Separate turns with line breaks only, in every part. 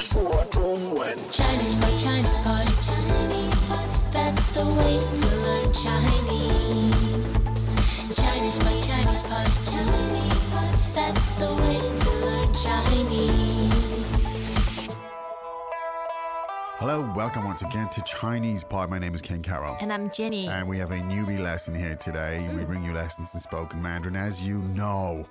说中文。
Chinese pot, Chinese pot, Chinese pot. That's the way to learn Chinese. Chinese pot, Chinese pot, Chinese pot. That's the way to learn Chinese.
Hello, welcome once again to Chinese Pod. My name is Ken Carroll.
And I'm Jenny.
And we have a newbie lesson here today.
Mm.
We bring you lessons in spoken Mandarin, as you know.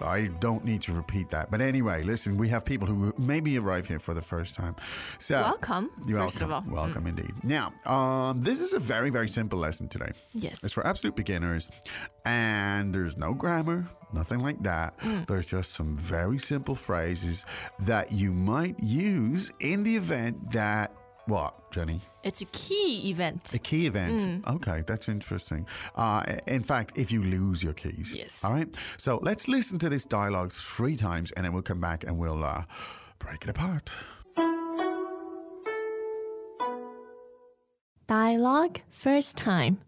I don't need to repeat that. But anyway, listen, we have people who maybe arrive here for the first time. So
Welcome,
You're
first of
welcome.
all. Mm.
Welcome indeed. Now, um, this is a very, very simple lesson today.
Yes.
It's for absolute beginners. And there's no grammar, nothing like that. There's just some very simple phrases that you might use in the event that what, Jenny?
It's a key event.
A key event. Okay, that's interesting. Uh, in fact, if you lose your keys.
Yes.
All right. So let's listen to this dialogue three times and then we'll come back and we'll uh, break it apart.
Dialogue first time.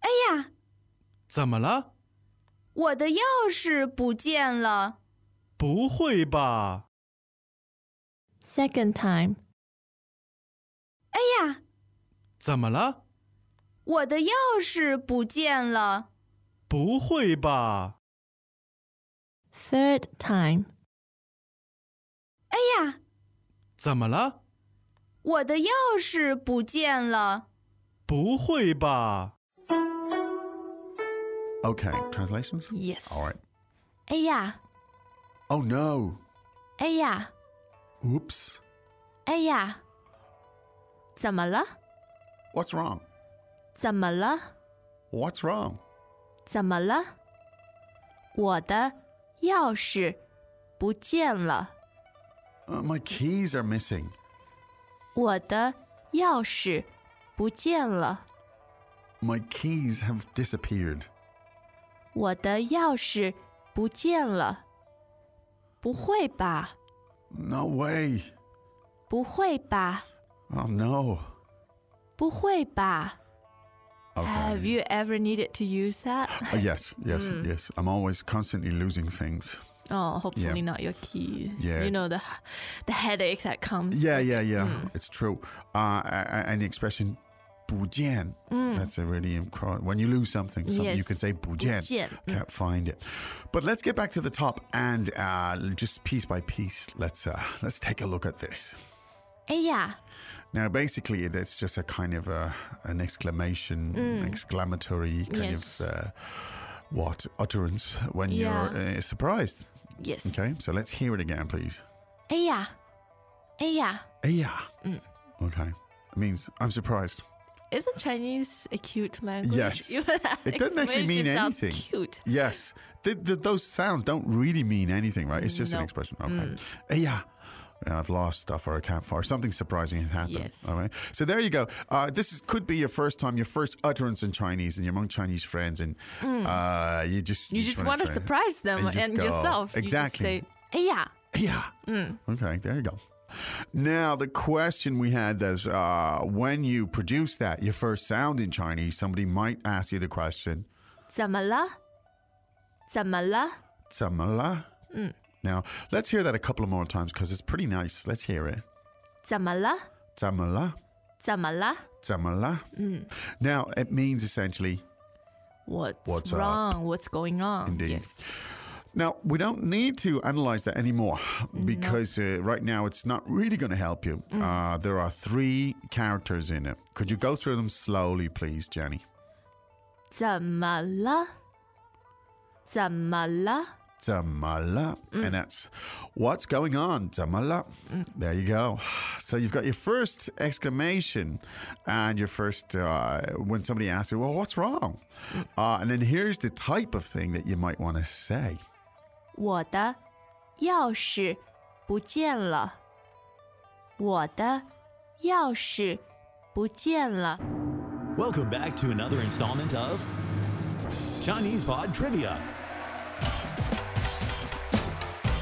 哎呀，
怎么了？
我的钥匙不见了！
不会吧？
Second time.
哎呀，
怎么了？
我的钥匙不见了！
不会吧？
Third time.
哎呀，
怎么了？
我的钥匙不见了！
不会吧？
Okay, translations?
Yes.
All right.
哎呀，
Oh no.
哎呀，
Oops.
哎呀，怎么了？
What's wrong?
怎么了？
What's wrong?
怎么了？我的钥匙不见了。
Uh, my keys are missing.
我的钥匙不见了。
My keys have disappeared.
我的钥匙不见了。不会吧？
No way.
不会吧？
Oh no.
不会吧
Okay.
Have you Hmm. ever needed to use that?
Uh, yes, yes, yes. I'm always constantly losing things.
Oh, hopefully not your keys.
Yeah.
You know the the headache that comes.
Yeah, yeah, yeah.
Hmm.
It's true. Uh, a- a- and the expression 不见, that's a really important. When you lose something, something you
Hmm. Yes. Hmm.
can say 不见,
不见,
can't find it. But let's get back to the top and uh, just piece by piece, let's uh, let's take a look at this.
哎呀，
Now, basically, it's just a kind of a, an exclamation, exclamatory kind
Yes.
of uh, what utterance when you're uh, surprised.
yes.
Okay, so let's hear it again, please.
哎呀，哎呀
Yeah. Okay, it means I'm surprised.
，Isn't Chinese a cute language?
Yes.
Even that
It doesn't actually
explanation
mean
sounds
anything.
Cute.
Yes. Th th those sounds don't really mean anything, right? It's just an
No.
expression.
Mm.
Okay. Eh, Yeah. Yeah, I've lost stuff or I can't find. Something surprising has happened.
Yes.
All right. So there you go. Uh, this is, could be your first time, your first utterance in Chinese, and you're among Chinese friends, and uh, you just
Mm. You just
wanna
want to
try-
surprise them
you
and,
just go,
yourself.
Exactly.
You just say, 哎呀
Yeah.
Mm.
Okay, there you go. Now, the question we had is uh, when you produce that, your first sound in Chinese, somebody might ask you the question,
怎么了？怎么了？
Samala. Now, let's hear that a couple of more times because it's pretty nice. Let's hear it.
怎么了？
Samala,
怎么了？
samala. Now, it means essentially,
What's,
What's up?
wrong? What's going on?
Indeed.
Yes.
now, we don't need to analyze that anymore because uh, right now it's not really going to help you. Uh, there are three characters in it. Could you go through them slowly, please, Jenny?
怎么了？怎么了？
Zamala. And that's what's going on, Zamala. There you go. So you've got your first exclamation and your first, uh, when somebody asks you, well, what's wrong? Uh, and then here's the type of thing that you might want to say.
我的钥匙不见了。我的钥匙不见了。
Welcome back to another installment of Chinese Pod Trivia.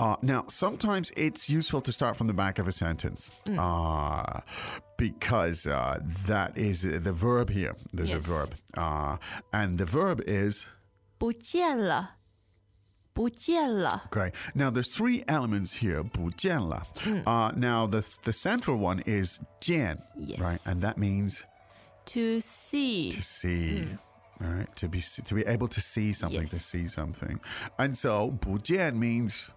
Uh, now, sometimes it's useful to start from the back of a sentence uh, because uh, that is uh, the verb here. There's a
Yes.
verb. Uh, and the verb is.
不见了，不见了，
Okay. Now, there's three elements here. 不见了.
Hmm.
Uh, now, the, the central one is 见,
Yes.
right? And that means
to see
to see. All right, to be se- to be able to see something, to
Hmm. Yes.
see something, and so 不见 means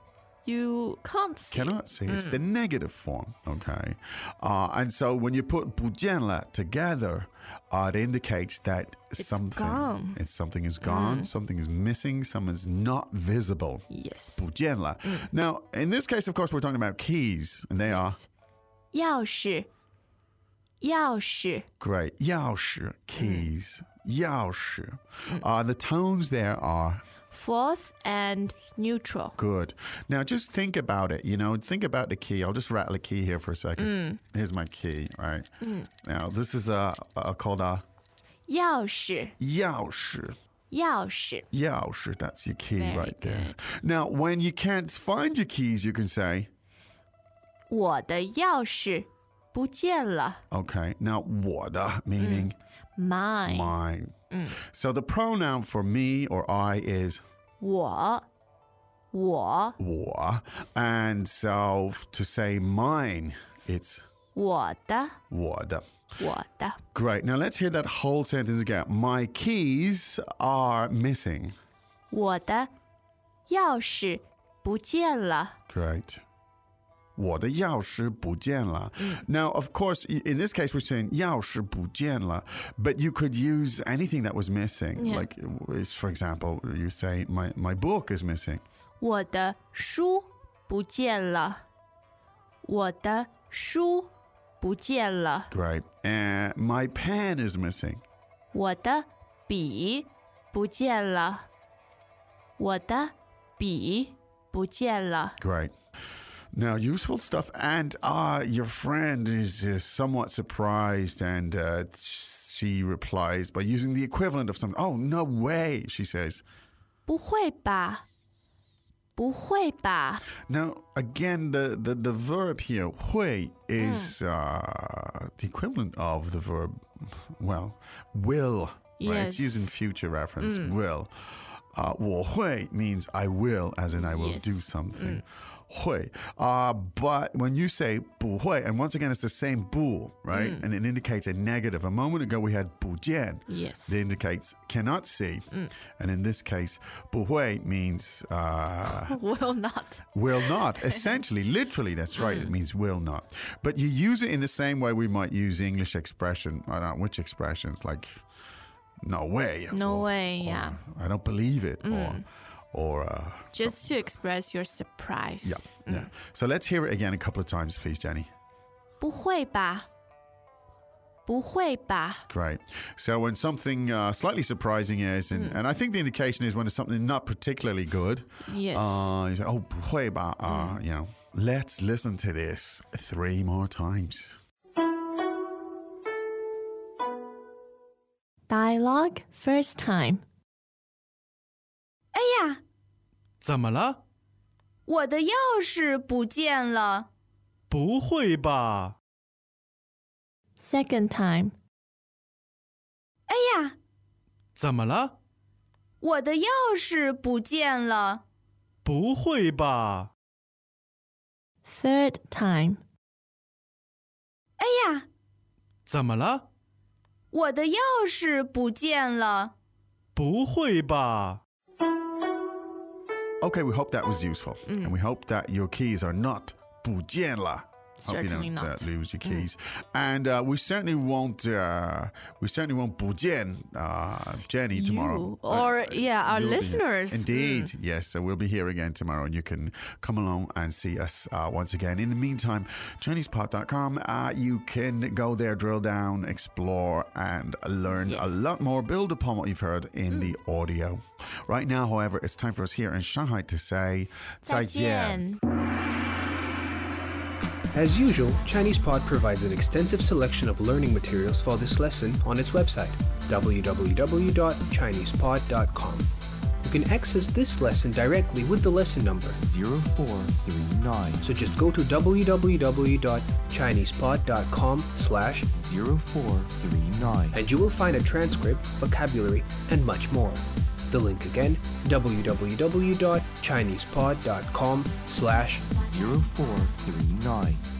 you can't see
cannot see.
Hmm.
It's the negative form. Okay. Uh, and so when you put bujenla together, uh, it indicates that something
gone. Hmm.
It's, something is gone, something is missing, something is not visible.
Yes.
Bujenla. Now, in this case, of course, we're talking about keys, and they are
钥匙，钥匙，
great. Yao shi, keys. Yao shi. Uh, the tones there are
fourth and neutral.
Good. Now just think about it. You know, think about the key. I'll just rattle a key here for a second. Here's my key, right? Now this is a, a called a
钥匙，
yao shi.
钥匙，
Yao shi. That's your key
Very
right there. Now when you can't find your keys, you can say,
我的钥匙不见了。
okay. Now water meaning
Mine，
mine. So the pronoun for me or I is
我，我，
war. And so f- to say mine, it's
我的，
water.
我的，
Great. Now let's hear that whole sentence again. My keys are missing.
我的钥匙不见了。
Great. 我的钥匙不见了. Now, of course, i- in this case, we're saying 钥匙不见了, but you could use anything that was missing.
Yeah.
Like, w- it's- for example, you say, my, my book is missing.
我的书不见了，我的书不见 了，
Great. And my pen is missing.
我的笔不见了，我的笔不见了，
Great. Now, useful stuff. And uh, your friend is uh, somewhat surprised, and uh, she replies by using the equivalent of something. Oh, no way, she says.
不会吧？不会吧？
Now, again, the, the, the verb here, hui, is
Hmm.
uh, the equivalent of the verb, well, will. Right? It's used in
Yes. Hmm.
future reference, will. Uh, 我会 means I will, as in I will do
Yes. Hmm.
something. Hui. Uh, but when you say 不会, and once again, it's the same 不, right?
Hmm.
And it indicates a negative. A moment ago, we had 不见.
Yes. Hmm.
That indicates cannot see. And in this case, 不会 means. Uh,
Will not.
Will not. Essentially, literally, that's right.
Mm.
It means will not. But you use it in the same way we might use English expression. I don't know which expressions, like no way.
No
or-
way.
or,
Yeah. Mm.
I don't believe it. Or, or uh,
Just to express your surprise.
yeah, yeah.
Mm.
So let's hear it again a couple of times, please, Jenny.
不会吧？不会吧？
Great. So when something uh, slightly surprising is, and,
Mm.
and I think the indication is when it's something not particularly good,
Yes. Mm.
uh, you say, oh, 不会吧, uh, you know, let's listen to this three more times.
Dialogue first time.
哎呀，
怎么了？
我的钥匙不见了！
不会吧？
Second time.
哎呀，
怎么了？
我的钥匙不见了！
不会吧？
Third time.
哎呀，
怎么了？
我的钥匙不见了！
不会吧？
Okay, we hope that was useful.
Mm.
And we hope that your keys are not bujenla. Hope you
Certainly
don't
not. Mm.
Uh, lose your keys, and uh, we certainly won't. Uh, we certainly won't bujen uh, Jenny tomorrow.
You
Uh,
or yeah, our
you'll be here.
listeners. Mm.
Indeed, yes. So we'll be here again tomorrow, and you can come along and see us uh, once again. In the meantime, ChinesePod.com, uh, you can go there, drill down, explore, and learn a
Yes. Mm.
lot more, build upon what you've heard in the audio. Right now, however, it's time for us here in Shanghai to say
再见。
As usual, ChinesePod provides an extensive selection of learning materials for this lesson on its website, www.chinesepod.com. You can access this lesson directly with the lesson number,
0439
so just go to www.chinesepod.com slash
0439.
and you will find a transcript, vocabulary, and much more. The link again, www.chinesepod.com slash
0439.